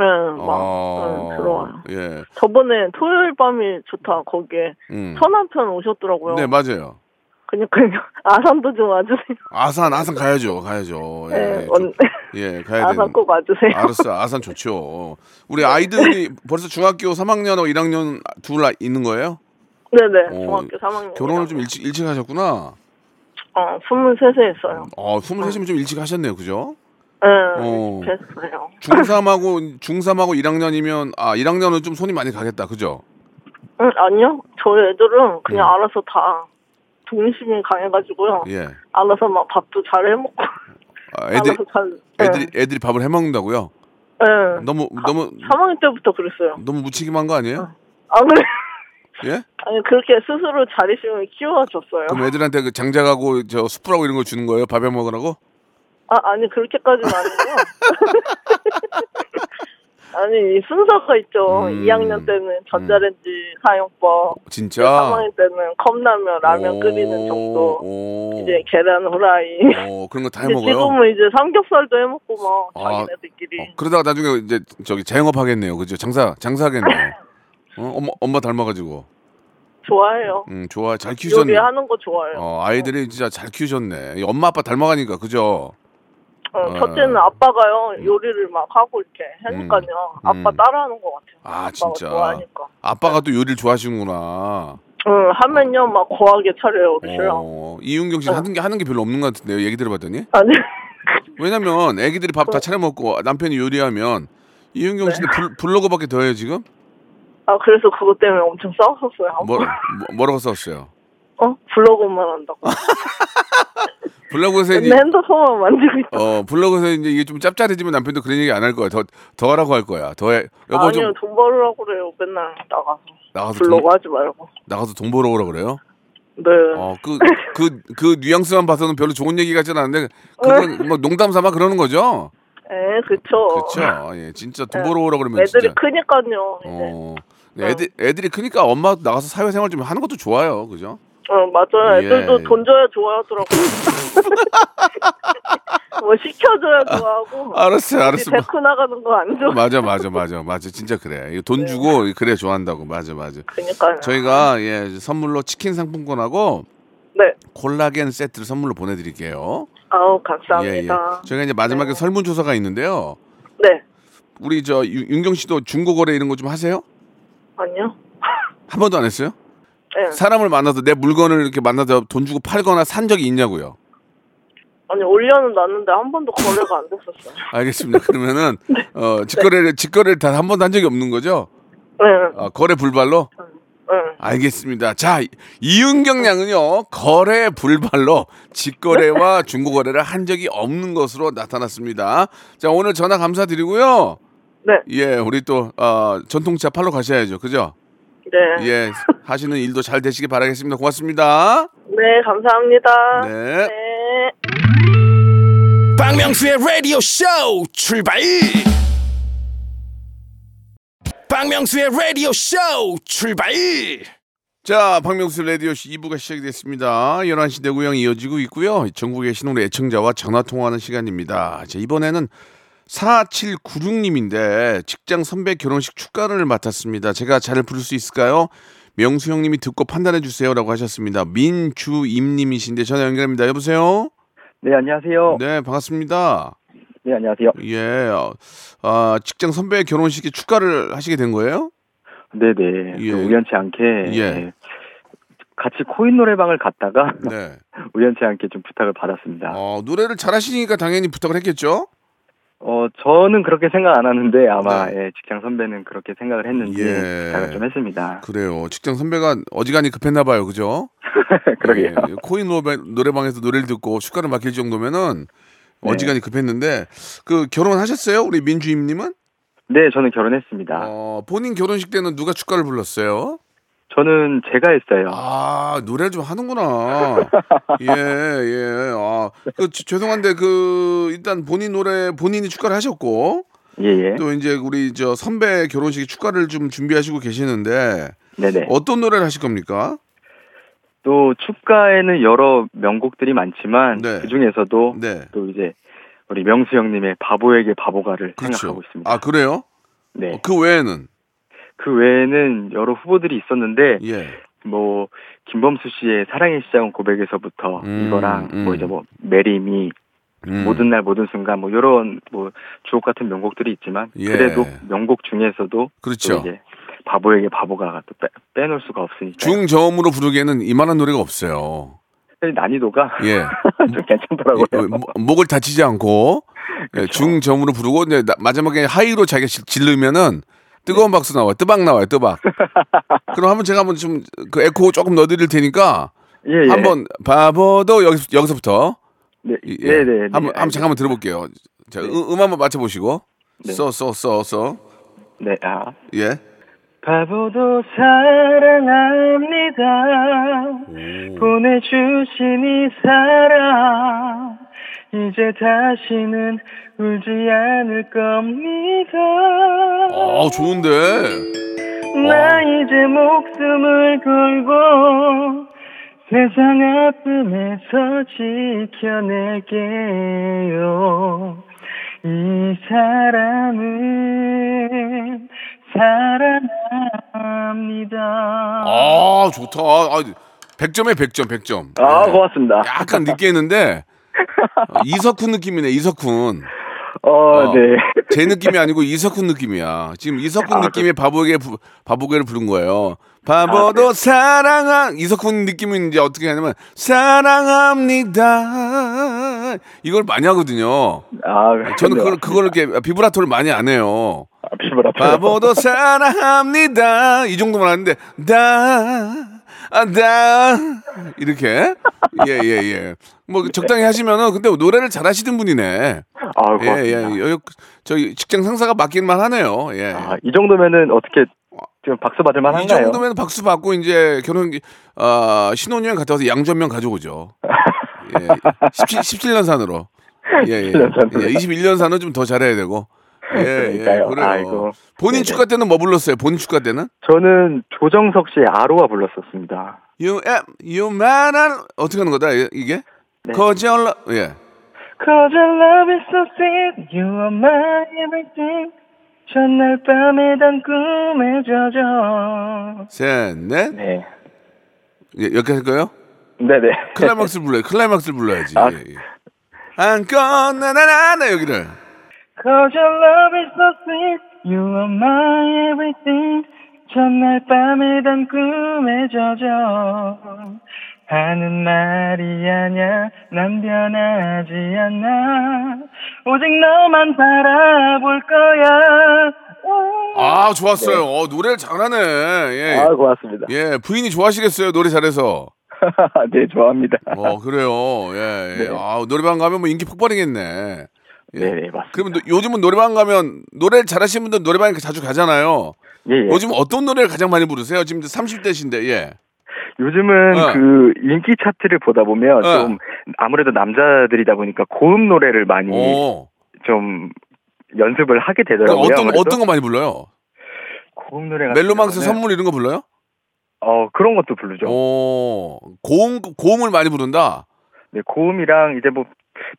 Speaker 8: 예, 막
Speaker 3: 어.
Speaker 8: 예, 들어와요.
Speaker 3: 예.
Speaker 8: 저번에 토요일 밤이 좋다 거기에
Speaker 3: 음.
Speaker 8: 천안편 오셨더라고요.
Speaker 3: 네, 맞아요.
Speaker 8: 그냥 그냥 아산도 좀 와주세요.
Speaker 3: 아산 아산 가야죠. 가야죠. 예.
Speaker 8: 예,
Speaker 3: 좀-
Speaker 8: 언-
Speaker 3: 예, 가야
Speaker 8: 아산
Speaker 3: 되는.
Speaker 8: 꼭 와주세요.
Speaker 3: 알았어. 아산 좋죠. 우리 아이들이 벌써 중학교 3학년하고 1학년 둘 아- 있는 거예요?
Speaker 8: 네네.
Speaker 3: 어,
Speaker 8: 중학교 3학년.
Speaker 3: 결혼을 좀 일찍 일찍 하셨구나.
Speaker 8: 어, 23세 했어요.
Speaker 3: 어, 23시면 좀 일찍 하셨네요. 그죠?
Speaker 8: 예,
Speaker 3: 어.
Speaker 8: 됐어요.
Speaker 3: 중3하고 중3하고 1학년이면 아 1학년은 좀 손이 많이 가겠다 그죠?
Speaker 8: 응, 아니요. 저희 애들은 그냥 알아서 다 동심이 강해가지고요.
Speaker 3: 예.
Speaker 8: 알아서 막 밥도 잘 해먹고.
Speaker 3: 아, 애들
Speaker 8: 알아서 잘.
Speaker 3: 애들이 애들이 밥을 해 먹는다고요?
Speaker 8: 예. 예.
Speaker 3: 너무 너무
Speaker 8: 3학년 때부터 그랬어요.
Speaker 3: 너무 무책임한 거 아니에요?
Speaker 8: 아, 그래.
Speaker 3: 예?
Speaker 8: 아니, 그렇게 스스로 자리심을 키워줬어요.
Speaker 3: 그럼 애들한테 그 장작하고 저 숯불하고 이런 거 주는 거예요? 밥 해 먹으라고?
Speaker 8: 아, 아니, 그렇게까지는 아니고요. 아니, 이 순서가 있죠.
Speaker 3: 음.
Speaker 8: 2학년 때는 전자레인지 그 사용법,
Speaker 3: 진짜?
Speaker 8: 3학년 때는 컵라면, 라면
Speaker 3: 오,
Speaker 8: 끓이는 정도,
Speaker 3: 오,
Speaker 8: 이제 계란 후라이.
Speaker 3: 오, 그런 거 다 해
Speaker 8: 근데
Speaker 3: 먹어요.
Speaker 8: 지금은 이제 삼겹살도 해먹고 막
Speaker 3: 아,
Speaker 8: 자기네들끼리.
Speaker 3: 어, 그러다가 나중에 이제 저기 자영업 하겠네요. 그죠? 장사 장사하겠네요. 어, 엄마 엄마 닮아가지고.
Speaker 8: 좋아해요.
Speaker 3: 음, 좋아. 잘 키우셨네.
Speaker 8: 요리하는 거 좋아해요. 어,
Speaker 3: 어, 아이들이 진짜 잘 키우셨네. 이 엄마 아빠 닮아가니까 그죠?
Speaker 8: 첫째는
Speaker 3: 어.
Speaker 8: 아빠가요 요리를 막 하고 이렇게 하니까요 아빠
Speaker 3: 음.
Speaker 8: 따라하는 것 같아요.
Speaker 3: 아,
Speaker 8: 아빠가
Speaker 3: 진짜.
Speaker 8: 좋아하니까.
Speaker 3: 아빠가 또 요리를 좋아하시는구나.
Speaker 8: 응 하면요 막 고하게 차려요 우리 신랑.
Speaker 3: 어, 이윤경 씨 하는 게 하는 게 별로 없는 것 같은데요. 얘기 들어봤더니.
Speaker 8: 아니
Speaker 3: 왜냐면 애기들이 밥
Speaker 8: 어.
Speaker 3: 다 차려 먹고 남편이 요리하면
Speaker 8: 네.
Speaker 3: 이윤경 씨는 불, 블로그밖에 더 해요 지금?
Speaker 8: 아 그래서 그것 때문에 엄청 싸웠었어요. 한
Speaker 3: 뭐,
Speaker 8: 번.
Speaker 3: 뭐- 뭐라고 썼어요?
Speaker 8: 어 블로그만 한다고.
Speaker 3: 블로그에서 이제
Speaker 8: 맨날 핸드폰만 만지고 있다.
Speaker 3: 어 블로그에서 이제 이게 좀 짭짤해지면 남편도 그런 얘기 안 할 거야. 더 더 하라고 할 거야. 더해 여보
Speaker 8: 아니요
Speaker 3: 좀
Speaker 8: 돈 벌으라고 그래요 맨날 나가서
Speaker 3: 나가서
Speaker 8: 블로그
Speaker 3: 돈,
Speaker 8: 하지 말고.
Speaker 3: 나가서 돈 벌어오라 그래요?
Speaker 8: 네.
Speaker 3: 어그 그 그 뉘앙스만 봐서는 별로 좋은 얘기 같지는 않은데
Speaker 8: 네.
Speaker 3: 그건 뭐 농담 삼아 그러는 거죠?
Speaker 8: 에 그쵸.
Speaker 3: 그렇죠. 예, 진짜 돈 벌어오라 그러면
Speaker 8: 어. 네. 애들이
Speaker 3: 진짜
Speaker 8: 크니까요. 네. 이제.
Speaker 3: 어 애들 애들이 크니까 엄마 나가서 사회생활 좀 하는 것도 좋아요. 그죠?
Speaker 8: 어 맞아요.
Speaker 3: 예.
Speaker 8: 애들도 돈 줘야 좋아하더라고. 뭐 시켜줘야 좋아하고.
Speaker 3: 알았어요, 알았어.
Speaker 8: 데크 나가는 거 안 좋아.
Speaker 3: 맞아, 맞아, 맞아, 맞아. 진짜 그래. 이거
Speaker 8: 네.
Speaker 3: 돈 주고 그래 좋아한다고. 맞아, 맞아.
Speaker 8: 그러니까요.
Speaker 3: 저희가 예 선물로 치킨 상품권하고
Speaker 8: 네.
Speaker 3: 콜라겐 세트를 선물로 보내드릴게요.
Speaker 8: 아우
Speaker 3: 예, 예.
Speaker 8: 감사합니다.
Speaker 3: 저희가 이제 마지막에 설문조사가 있는데요.
Speaker 8: 네.
Speaker 3: 우리 저 윤- 윤경 씨도 중고거래 이런 거 좀 하세요?
Speaker 8: 아니요.
Speaker 3: 한 번도 안 했어요?
Speaker 8: 네.
Speaker 3: 사람을 만나서 내 물건을 이렇게 만나서 돈 주고 팔거나 산 적이 있냐고요?
Speaker 8: 아니 올려는 났는데 한 번도 거래가 안 됐었어요.
Speaker 3: 알겠습니다. 그러면은 어 직거래를 직거래를 단 한 번도 한 적이 없는 거죠?
Speaker 8: 네.
Speaker 3: 어, 거래 불발로?
Speaker 8: 네.
Speaker 3: 알겠습니다. 자, 이은경 양은요, 거래 불발로 직거래와 중고거래를 한 적이 없는 것으로 나타났습니다. 자, 오늘 전화 감사드리고요.
Speaker 8: 네.
Speaker 3: 예, 우리 또, 어, 전통차 팔로 가셔야죠. 그죠?
Speaker 8: 네.
Speaker 3: 예, 하시는 일도 잘 되시기 바라겠습니다. 고맙습니다.
Speaker 8: 네 감사합니다.
Speaker 3: 네.
Speaker 8: 네.
Speaker 1: 박명수의 라디오 쇼 출발 박명수의 라디오 쇼 출발
Speaker 3: 자, 박명수 라디오 씨 2부가 시작이 됐습니다. 11시 대구형 이어지고 있고요. 전국에 계신 우리 애청자와 전화 통화하는 시간입니다. 자, 이번에는 4796님인데 직장 선배 결혼식 축가를 맡았습니다. 제가 잘 부를 수 있을까요? 명수 형님이 듣고 판단해 주세요라고 하셨습니다. 민주임 님이신데 전화 연결합니다. 여보세요?
Speaker 9: 네, 안녕하세요. 네,
Speaker 3: 네, 반갑습니다.
Speaker 9: 안녕하세요.
Speaker 3: 예. 아, 직장 선배 결혼식에 축가를 하시게 된 거예요?
Speaker 9: 네네.
Speaker 3: 예.
Speaker 9: 우연치 않게 네.
Speaker 3: 예.
Speaker 9: 같이 코인 노래방을 갔다가
Speaker 3: 네.
Speaker 9: 우연치 않게 좀 부탁을 받았습니다. 어.
Speaker 3: 어, 노래를 잘하시니까 당연히 부탁을 했겠죠?
Speaker 9: 어, 저는 그렇게 생각 안 하는데 아마
Speaker 3: 네.
Speaker 9: 예, 직장 선배는 그렇게 생각을 했는지
Speaker 3: 예.
Speaker 9: 제가 좀 했습니다.
Speaker 3: 그래요. 직장 선배가 어지간히 급했나 봐요. 그죠?
Speaker 9: 그러게요.
Speaker 3: 예, 코인 노래, 노래방에서 노래를 듣고 축가를 맡길 정도면은
Speaker 9: 네.
Speaker 3: 어지간히 급했는데 그 결혼하셨어요? 우리 민주임 님은?
Speaker 9: 네, 저는 결혼했습니다.
Speaker 3: 어, 본인 결혼식 때는 누가 축가를 불렀어요?
Speaker 9: 저는 제가 했어요.
Speaker 3: 아, 노래 좀 하는구나. 예, 예. 아, 그, 지- 죄송한데, 그, 일단 본인 노래 본인이 축가를 하셨고,
Speaker 9: 예예.
Speaker 3: 또 이제 우리 저 선배 결혼식 축가를 좀 준비하시고 계시는데,
Speaker 9: 네네.
Speaker 3: 어떤 노래를 하실 겁니까?
Speaker 9: 또 축가에는 여러 명곡들이 많지만
Speaker 3: 네.
Speaker 9: 그 중에서도
Speaker 3: 네.
Speaker 9: 또 이제 우리 명수 형님의 바보에게 바보가를
Speaker 3: 그렇죠.
Speaker 9: 생각하고 있습니다.
Speaker 3: 아, 그래요?
Speaker 9: 네.
Speaker 3: 어, 그 외에는?
Speaker 9: 그 외에는 여러 후보들이 있었는데
Speaker 3: 예.
Speaker 9: 뭐 김범수 씨의 사랑의 시작은 고백에서부터
Speaker 3: 음,
Speaker 9: 이거랑
Speaker 3: 음.
Speaker 9: 뭐 이제 뭐 메리미
Speaker 3: 음.
Speaker 9: 모든 날 모든 순간 뭐 이런 뭐 주옥 같은 명곡들이 있지만
Speaker 3: 예.
Speaker 9: 그래도 명곡 중에서도
Speaker 3: 그렇죠.
Speaker 9: 또 이제 네. 바보에게 바보가 또 빼, 빼놓을 수가 없으니까
Speaker 3: 중저음으로 부르기에는 이만한 노래가 없어요.
Speaker 9: 난이도가
Speaker 3: 예.
Speaker 9: 좀 괜찮더라고요. 그렇죠.
Speaker 3: 예, 목- 목을 다치지 않고 예, 중저음으로 부르고 이제 나- 마지막에 하이로 자기가 질- 질르면은 뜨거운 박수 나와요. 뜨박 나와요. 뜨박. 그럼 한번 제가 한번 좀 그 에코 조금 넣어드릴 테니까
Speaker 9: 예, 예.
Speaker 3: 한번 바보도 여기, 여기서부터
Speaker 9: 네,
Speaker 3: 이- 예.
Speaker 9: 네, 네.
Speaker 3: 한번 한번 잠깐만 들어볼게요. 자, 음, 음 한번 맞춰보시고
Speaker 9: 네.
Speaker 3: 써 써 써 써
Speaker 9: 네, 아.
Speaker 3: 예.
Speaker 9: 바보도 사랑합니다. 보내주신 이 사랑. 이제 다시는 울지 않을 겁니다.
Speaker 3: 아 좋은데.
Speaker 9: 나 이제 목숨을 걸고 세상 아픔에서 지켜낼게요. 이 사람을 사랑합니다.
Speaker 3: 아 좋다. 아, 100점에 100점 100점.
Speaker 9: 아, 고맙습니다.
Speaker 3: 약간 늦게 했는데 어, 이석훈 느낌이네 이석훈
Speaker 9: 어,
Speaker 3: 어.
Speaker 9: 네.
Speaker 3: 제 느낌이 아니고 이석훈 느낌이야 지금 이석훈
Speaker 9: 아,
Speaker 3: 느낌의 바보에게 부- 바보게를 부른 거예요
Speaker 9: 아,
Speaker 3: 바보도
Speaker 9: 네.
Speaker 3: 사랑한 이석훈 느낌은 이제 어떻게 하냐면 사랑합니다 이걸 많이 하거든요
Speaker 9: 아,
Speaker 3: 저는 그걸 그걸 이렇게 비브라토를 많이 안 해요
Speaker 9: 앞으로
Speaker 3: 바보도 사랑합니다. 이 정도만 하는데 다. 아, 다. 이렇게. 예, 예, 예. 뭐, 적당히 하시면은, 근데 노래를 잘 하시는 분이네.
Speaker 9: 아,
Speaker 3: 예,
Speaker 9: 고맙습니다.
Speaker 3: 예. 여, 저희 직장 상사가 맡길만 하네요. 예.
Speaker 9: 아, 이 정도면은 어떻게 지금 박수 받을 만한가요?
Speaker 3: 이 정도면 박수 받고, 이제 결혼, 아, 신혼여행 갔다 와서 양조면 가져오죠. 예. 17, 17년 산으로. 예, 예.
Speaker 9: 17년 산으로.
Speaker 3: 21년 산은 좀 더 잘해야 되고. 예, 예.
Speaker 9: 그러니까요.
Speaker 3: 그래요.
Speaker 9: 아이고.
Speaker 3: 본인
Speaker 9: 네네.
Speaker 3: 축가 때는 뭐 불렀어요? 본인 축가 때는?
Speaker 9: 저는 조정석 씨의 아로아 불렀었습니다.
Speaker 3: You am you man are- 어떻게 하는 거다 이- 이게?
Speaker 9: 네.
Speaker 3: 거절라 예.
Speaker 9: Cause your love is so sweet, you are my everything. 전날 밤에 단 꿈에 젖어.
Speaker 3: 셋넷
Speaker 9: 네.
Speaker 3: 예, 여기까지 할까요?
Speaker 9: 네네.
Speaker 3: 클라이막스 불러요. 클라이막스 불러야지.
Speaker 9: 아.
Speaker 3: 예, 예. 안건 나나나나 여기를.
Speaker 9: Cause your love is so sweet, you are my everything. 전날 밤에 단 꿈에 젖어. 하는 말이 아냐, 난 변하지 않아. 오직 너만 바라볼 거야.
Speaker 3: 아 좋았어요. 어 노래를 잘하네. 예.
Speaker 9: 아, 고맙습니다.
Speaker 3: 예 부인이 좋아하시겠어요 노래 잘해서.
Speaker 9: 네, 좋아합니다.
Speaker 3: 어 그래요. 예. 예.
Speaker 9: 네.
Speaker 3: 아 노래방 가면 뭐 인기 폭발이겠네. 예.
Speaker 9: 네, 네, 맞습니다.
Speaker 3: 그러면 노- 요즘은 노래방 가면 노래를 잘하시는 분들 노래방에 자주 가잖아요.
Speaker 9: 예, 예.
Speaker 3: 요즘 어떤 노래를 가장 많이 부르세요? 지금 30대신데 예.
Speaker 9: 요즘은
Speaker 3: 어.
Speaker 9: 그 인기 차트를 보다 보면
Speaker 3: 어.
Speaker 9: 좀 아무래도 남자들이다 보니까 고음 노래를 많이
Speaker 3: 어.
Speaker 9: 좀 연습을 하게
Speaker 3: 그러니까
Speaker 9: 되더라고요.
Speaker 3: 어떤
Speaker 9: 아무래도.
Speaker 3: 어떤 거 많이 불러요?
Speaker 9: 고음 노래 같은
Speaker 3: 멜로망스
Speaker 9: 경우는
Speaker 3: 선물 이런 거 불러요?
Speaker 9: 어 네. 그런 것도 부르죠.
Speaker 3: 오. 고음 고음을 많이 부른다.
Speaker 9: 네, 고음이랑 이제 뭐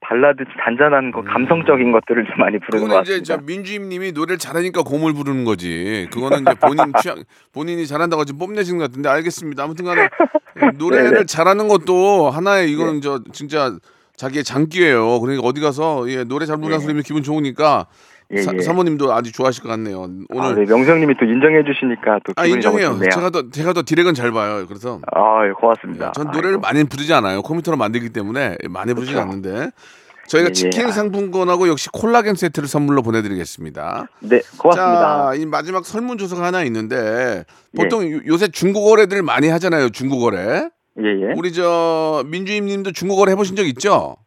Speaker 9: 발라드 잔잔한 거 감성적인 것들을 좀 많이 부르는 것
Speaker 3: 음. 그거는 이제
Speaker 9: 같습니다.
Speaker 3: 저 민주임님이 노래를 잘하니까 고음을 부르는 거지. 그거는 이제 본인 취향 본인이 잘한다고 지금 뽐내시는 것 같은데 알겠습니다. 아무튼간에 예, 노래를
Speaker 9: 네네. 예.
Speaker 3: 잘하는 것도 하나의 이거는 저 진짜 자기의 장기예요. 그러니까 어디 가서 예, 노래 잘 부르는 소리면 기분 좋으니까
Speaker 9: 예,
Speaker 3: 사,
Speaker 9: 예.
Speaker 3: 사모님도 아주 좋아하실 것 같네요. 오늘
Speaker 9: 아, 네, 명성님이 또 인정해 주시니까 또
Speaker 3: 아
Speaker 9: 기분이
Speaker 3: 인정해요.
Speaker 9: 너무 좋네요.
Speaker 3: 제가 더 제가 더 디렉은 잘 봐요. 그래서
Speaker 9: 아, 예, 고맙습니다.
Speaker 3: 전 노래를
Speaker 9: 아이고.
Speaker 3: 많이 부르지 않아요. 컴퓨터로 만들기 때문에 많이 부르지
Speaker 9: 그렇죠.
Speaker 3: 않는데 저희가
Speaker 9: 예,
Speaker 3: 치킨
Speaker 9: 아.
Speaker 3: 상품권하고 역시 콜라겐 세트를 선물로 보내드리겠습니다.
Speaker 9: 네, 고맙습니다. 네.
Speaker 3: 자, 이 마지막 설문조사가 하나 있는데 보통 요- 요새 중고거래들 많이 하잖아요. 중고거래.
Speaker 9: 예, 예.
Speaker 3: 우리 저 민주임님도 중고거래 해보신 적 있죠?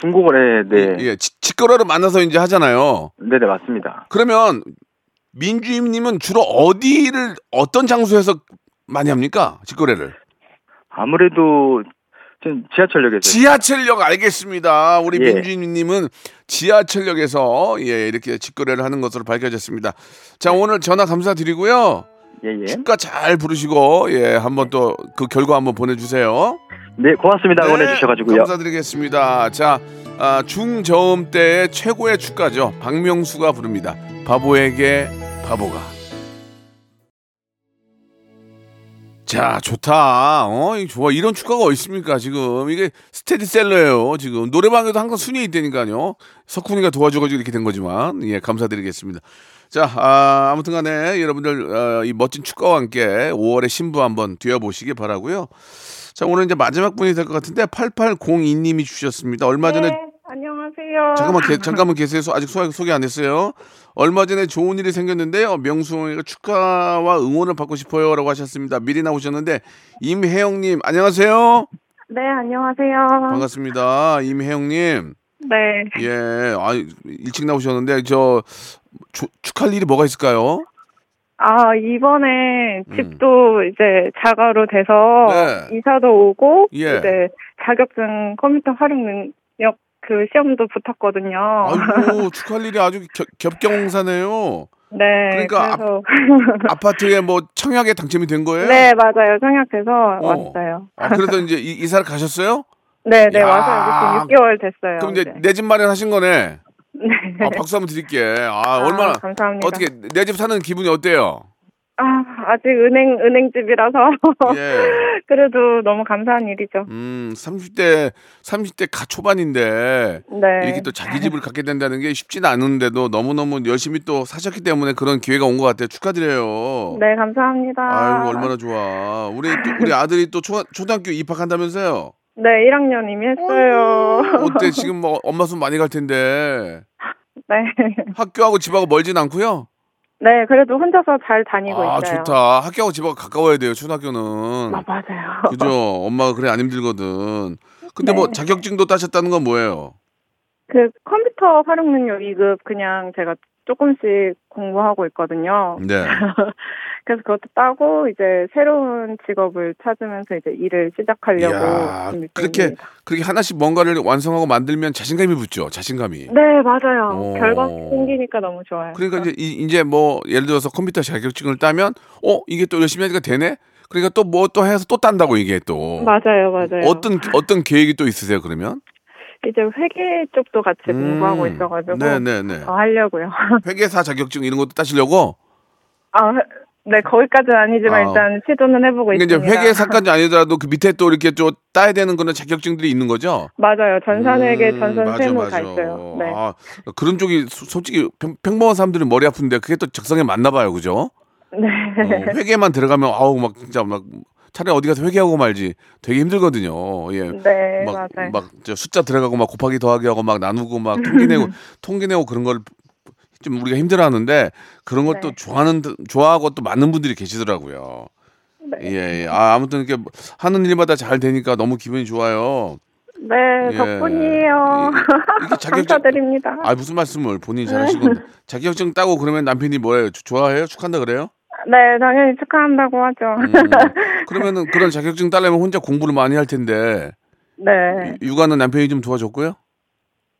Speaker 9: 중고거래 네.
Speaker 3: 예, 직- 직거래로 만나서 이제 하잖아요.
Speaker 9: 네, 네, 맞습니다.
Speaker 3: 그러면 민주임님은 주로 어디를 어떤 장소에서 많이 합니까? 직거래를.
Speaker 9: 네. 아무래도 좀 지하철역에서
Speaker 3: 지하철역 알겠습니다. 우리
Speaker 9: 예.
Speaker 3: 민주님은 지하철역에서 예, 이렇게 직거래를 하는 것으로 밝혀졌습니다.
Speaker 9: 네.
Speaker 3: 자, 오늘 전화 감사드리고요.
Speaker 9: 예예
Speaker 3: 축가 잘 부르시고 예, 한번 또 그 결과 한번 보내 주세요.
Speaker 9: 네 고맙습니다 응원해
Speaker 3: 네,
Speaker 9: 주셔가지고요
Speaker 3: 감사드리겠습니다. 자, 아, 중저음 때의 최고의 축가죠. 박명수가 부릅니다. 바보에게 바보가. 자, 좋다. 어, 이거 좋아. 이런 축가가 어디 있습니까, 지금. 이게 스테디셀러예요, 지금. 노래방에도 항상 순위에 있다니까요. 석훈이가 도와줘가지고 이렇게 된 거지만. 예, 감사드리겠습니다. 자, 아, 무튼 간에 여러분들, 어, 이 멋진 축가와 함께 5월의 신부 한번 뛰어보시기 바라고요 자, 오늘 이제 마지막 분이 될 것 같은데 8802님이 주셨습니다. 얼마 전에
Speaker 7: 네, 안녕하세요.
Speaker 3: 잠깐만 개- 잠깐만 계세요. 소- 아직 소, 소개 안 했어요. 얼마 전에 좋은 일이 생겼는데요. 어, 명수홍이가 축하와 응원을 받고 싶어요라고 하셨습니다. 미리 나오셨는데 임혜영님 안녕하세요.
Speaker 7: 네, 안녕하세요.
Speaker 3: 반갑습니다. 임혜영님.
Speaker 7: 네.
Speaker 3: 예, 아 일찍 나오셨는데 저 조- 축할 일이 뭐가 있을까요?
Speaker 7: 아, 이번에 집도 이제 자가로 돼서
Speaker 3: 음. 네.
Speaker 7: 이사도 오고
Speaker 3: 예.
Speaker 7: 이제 자격증 컴퓨터 활용 능력 그 시험도 붙었거든요.
Speaker 3: 아이고 축할 일이 아주 겨- 겹경사네요.
Speaker 7: 네.
Speaker 3: 그러니까
Speaker 7: 그래서
Speaker 3: 아파트에 뭐 청약에 당첨이 된 거예요?
Speaker 7: 네, 맞아요. 청약돼서
Speaker 3: 어.
Speaker 7: 왔어요.
Speaker 3: 아, 그래서 이제 이, 이사를 가셨어요?
Speaker 7: 네, 네,
Speaker 3: 야.
Speaker 7: 와서 이제 지금 6개월 됐어요.
Speaker 3: 그럼 이제 내 집 마련하신 거네.
Speaker 7: 네.
Speaker 3: 아, 박수 한번 드릴게. 아,
Speaker 7: 아,
Speaker 3: 얼마나
Speaker 7: 감사합니다.
Speaker 3: 어떻게 내 집 사는 기분이 어때요?
Speaker 7: 아, 아직 은행 은행집이라서
Speaker 3: 예.
Speaker 7: 그래도 너무 감사한 일이죠.
Speaker 3: 음, 30대 30대 가 초반인데
Speaker 7: 네.
Speaker 3: 이렇게 또 자기 집을 갖게 된다는 게 쉽진 않은데도 너무너무 열심히 또 사셨기 때문에 그런 기회가 온 것 같아요. 축하드려요.
Speaker 7: 네, 감사합니다.
Speaker 3: 아유, 얼마나 좋아. 우리 또- 우리 아들이 또 초, 초등학교 입학한다면서요.
Speaker 7: 네, 1학년 이미 했어요.
Speaker 3: 어때? 지금 뭐 엄마 손 많이 갈 텐데.
Speaker 7: 네.
Speaker 3: 학교하고 집하고 멀진 않고요.
Speaker 7: 네, 그래도 혼자서 잘 다니고
Speaker 3: 아,
Speaker 7: 있어요.
Speaker 3: 좋다. 학교하고 집하고 가까워야 돼요. 초등학교는.
Speaker 7: 아, 맞아요.
Speaker 3: 그죠? 엄마가 그래 안 힘들거든. 근데
Speaker 7: 네.
Speaker 3: 뭐 자격증도 따셨다는 건 뭐예요?
Speaker 7: 그 컴퓨터 활용 능력 2급 그냥 제가 조금씩 공부하고 있거든요.
Speaker 3: 네.
Speaker 7: 그래서 그것도 따고 이제 새로운 직업을 찾으면서 이제 일을 시작하려고
Speaker 3: 이야,
Speaker 7: 준비
Speaker 3: 그렇게
Speaker 7: 중입니다.
Speaker 3: 그렇게 하나씩 뭔가를 완성하고 만들면 자신감이 붙죠. 자신감이.
Speaker 7: 네, 맞아요.
Speaker 3: 오.
Speaker 7: 결과 생기니까 너무 좋아요.
Speaker 3: 어. 그러니까 이제 이- 이제 뭐 예를 들어서 컴퓨터 자격증을 따면 어 이게 또 열심히 하니까 되네. 그러니까 또 뭐 또 해서 또 딴다고 이게 또.
Speaker 7: 맞아요, 맞아요.
Speaker 3: 어떤 어떤 계획이 또 있으세요 그러면?
Speaker 7: 이제 회계 쪽도 같이 공부하고
Speaker 3: 음,
Speaker 7: 있어가지고 아.
Speaker 3: 네네네.
Speaker 7: 더 하려고요.
Speaker 3: 회계사 자격증 이런 것도
Speaker 7: 뭐
Speaker 3: 따시려고.
Speaker 7: 아, 네 거기까지는 아니지만
Speaker 3: 아.
Speaker 7: 일단 시도는 해보고
Speaker 3: 그러니까
Speaker 7: 있습니다.
Speaker 3: 이제 회계사까지 아니더라도 그 밑에 또 이렇게 또 따야 되는 그런 자격증들이 있는 거죠.
Speaker 7: 맞아요. 전산회계,
Speaker 3: 음,
Speaker 7: 전산
Speaker 3: 맞아,
Speaker 7: 세무
Speaker 3: 맞아.
Speaker 7: 다 있어요. 네.
Speaker 3: 아, 그런 쪽이 소- 솔직히 평, 평범한 사람들은 머리 아픈데 그게 또 적성에 맞나 봐요, 그죠? 어,
Speaker 7: 네.
Speaker 3: 회계만 들어가면 아우 막 진짜 막 차라리 어디 가서 회계하고 말지 되게 힘들거든요. 예.
Speaker 7: 네,
Speaker 3: 막,
Speaker 7: 맞아요.
Speaker 3: 막 저 숫자 들어가고 막 곱하기 더하기 하고 막 나누고 막 통계내고 통계내고 그런 걸 좀 우리가 힘들어하는데 그런 것도
Speaker 7: 네.
Speaker 3: 좋아하는 좋아하고 또 많은 분들이 계시더라고요.
Speaker 7: 네.
Speaker 3: 예, 예. 아, 아무튼 이렇게 하는 일마다 잘 되니까 너무 기분이 좋아요.
Speaker 7: 네,
Speaker 3: 예.
Speaker 7: 덕분이에요.
Speaker 3: 이- 이게 자격증-
Speaker 7: 어. 감사드립니다. 네.
Speaker 3: 아 무슨 말씀을 본인이 잘하시고 자격증 따고 그러면 남편이 뭐예요? 조- 좋아해요? 축한다 그래요?
Speaker 7: 네, 당연히 축하한다고 하죠.
Speaker 3: 음, 그러면은 그런 자격증 따려면 혼자 공부를 많이 할 텐데
Speaker 7: 네.
Speaker 3: 육아는 남편이 좀 도와줬고요.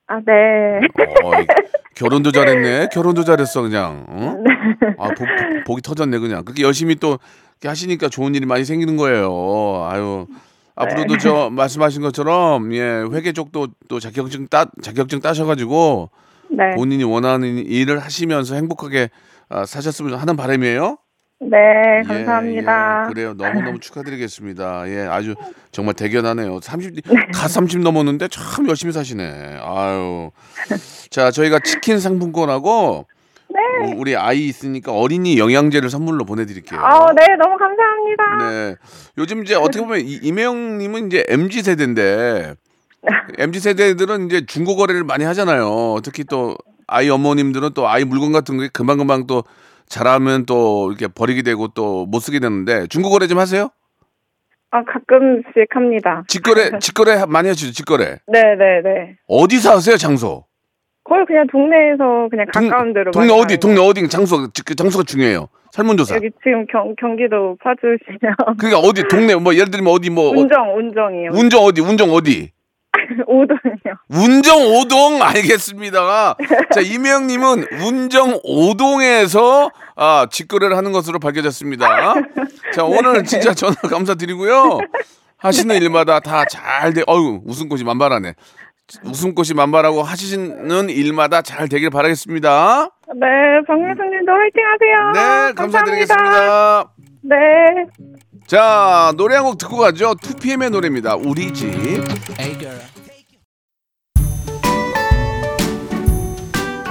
Speaker 7: 아, 네.
Speaker 3: 어, 이- 결혼도 잘했네. 결혼도 잘했어 그냥. 응?
Speaker 7: 네.
Speaker 3: 아 복, 복이 터졌네 그냥. 그렇게 열심히 또 이렇게 하시니까 좋은 일이 많이 생기는 거예요. 아유.
Speaker 7: 네.
Speaker 3: 앞으로도 저 말씀하신 것처럼 예 회계 쪽도 또 자격증 따 자격증 따셔가지고
Speaker 7: 네.
Speaker 3: 본인이 원하는 일을 하시면서 행복하게 아, 사셨으면 하는 바람이에요.
Speaker 7: 네,
Speaker 3: 예,
Speaker 7: 감사합니다. 네.
Speaker 3: 예, 그래요. 너무너무 축하드리겠습니다. 예, 아주 정말 대견하네요. 30, 가 30 넘었는데 참 열심히 사시네. 아유. 자, 저희가 치킨 상품권하고 우- 우리 아이 있으니까 어린이 영양제를 선물로 보내드릴게요.
Speaker 7: 네. 아, 네, 너무 감사합니다.
Speaker 3: 음. 네. 요즘 이제 어떻게 보면 이- 임혜영님은 이제 MZ 세대인데 MZ 세대들은 이제 중고 거래를 많이 하잖아요. 특히 또 아이 어머님들은 또 아이 물건 같은 게 금방금방 또 잘하면 또 이렇게 버리게 되고 또 못 쓰게 되는데 중고 거래 좀 하세요?
Speaker 7: 아, 가끔씩 합니다.
Speaker 3: 직거래 직거래 많이 하시죠? 직거래
Speaker 7: 네, 네, 네.
Speaker 3: 어디서 하세요? 장소?
Speaker 7: 거의 그냥 동네에서 그냥 가까운 데로
Speaker 3: 동네
Speaker 7: 많이
Speaker 3: 어디?
Speaker 7: 가는
Speaker 3: 동네 어디? 장소 그 장소가 중요해요. 설문조사.
Speaker 7: 거예요. 여기 지금 경, 경기도 파주시면
Speaker 3: 그러니까 어디 동네 뭐 예를 들면 어디 뭐 어-
Speaker 7: 운정 운정이요.
Speaker 3: 운정 어디? 운정 어디?
Speaker 7: 오동이요.
Speaker 3: 운정 오동 알겠습니다. 자 이명님은 운정 오동에서 아 직거래를 하는 것으로 밝혀졌습니다. 자 오늘 진짜 전화 감사드리고요. 하시는 일마다 다 잘 돼. 어유 웃음꽃이 만발하네. 웃음꽃이 만발하고 하시는 일마다 잘 되길 바라겠습니다.
Speaker 7: 네, 박민수님도 화이팅하세요.
Speaker 3: 네 감사드리겠습니다.
Speaker 7: 네.
Speaker 3: 자 노래 한 곡 듣고 가죠 2PM의 노래입니다 우리 집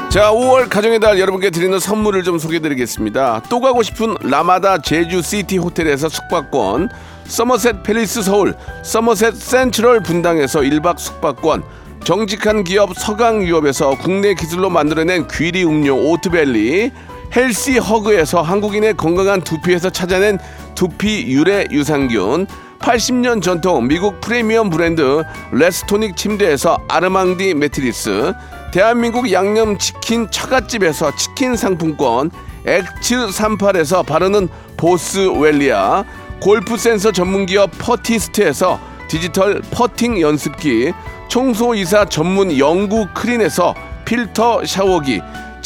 Speaker 3: 자, 5월 가정의 달 여러분께 드리는 선물을 좀 소개드리겠습니다. 또 가고 싶은 라마다 제주시티 호텔에서 숙박권, 서머셋 팰리스 서울, 서머셋 센트럴 분당에서 1박 숙박권, 정직한 기업 서강유업에서 국내 기술로 만들어낸 귀리 음료 오트밸리, 헬시 허그에서 한국인의 건강한 두피에서 찾아낸 두피 유래 유산균, 80년 전통 미국 프리미엄 브랜드 레스토닉 침대에서 아르망디 매트리스 대한민국 양념치킨 처갓집에서 치킨 상품권 엑츠38에서 바르는 보스웰리아 골프센서 전문기업 퍼티스트에서 디지털 퍼팅 연습기 청소이사 전문 영구 크린에서 필터 샤워기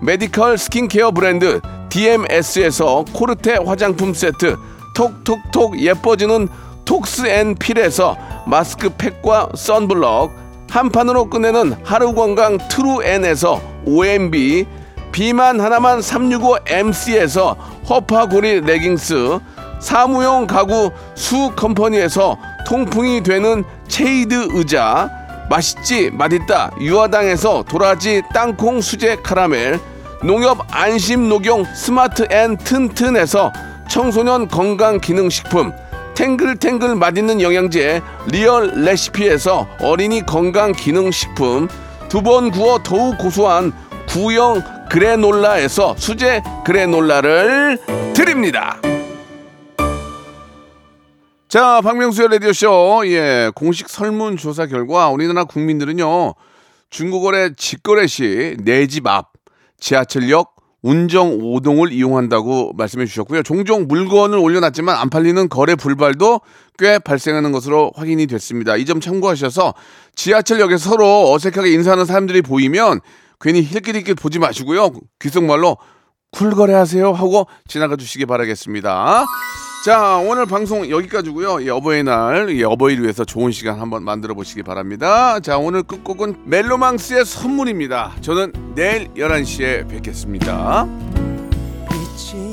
Speaker 3: 메디컬 스킨케어 브랜드 DMS에서 코르테 화장품 세트, 톡톡톡 예뻐지는 톡스앤필에서 마스크팩과 선블럭, 한 판으로 끝내는 하루 건강 트루엔에서 OMB, 비만 하나만 365MC에서 허파고리 레깅스 사무용 가구 수 컴퍼니에서 통풍이 되는 체이드 의자 맛있지 맛있다 유화당에서 도라지 땅콩 수제 카라멜 농협 안심 녹용 스마트 앤 튼튼에서 청소년 건강 기능 식품 탱글탱글 맛있는 영양제 리얼 레시피에서 어린이 건강 기능 식품 두 번 구워 더욱 고소한 구형 그래놀라에서 수제 그래놀라를 드립니다. 자, 박명수의 라디오쇼. 예, 공식 설문조사 결과 우리나라 국민들은요, 중고거래 직거래 시 내 집 앞, 지하철역, 운정 5동을 이용한다고 말씀해 주셨고요. 종종 물건을 올려놨지만 안 팔리는 거래 불발도 꽤 발생하는 것으로 확인이 됐습니다. 이 점 참고하셔서 지하철역에서 서로 어색하게 인사하는 사람들이 보이면 괜히 힐끗힐끗 보지 마시고요. 귓속말로 쿨거래하세요 하고 지나가 주시기 바라겠습니다. 자 오늘 방송 여기까지고요. 예, 어버이날 예, 어버이를 위해서 좋은 시간 한번 만들어 보시기 바랍니다. 자 오늘 끝곡은 멜로망스의 선물입니다. 저는 내일 11시에 뵙겠습니다.
Speaker 5: 빛이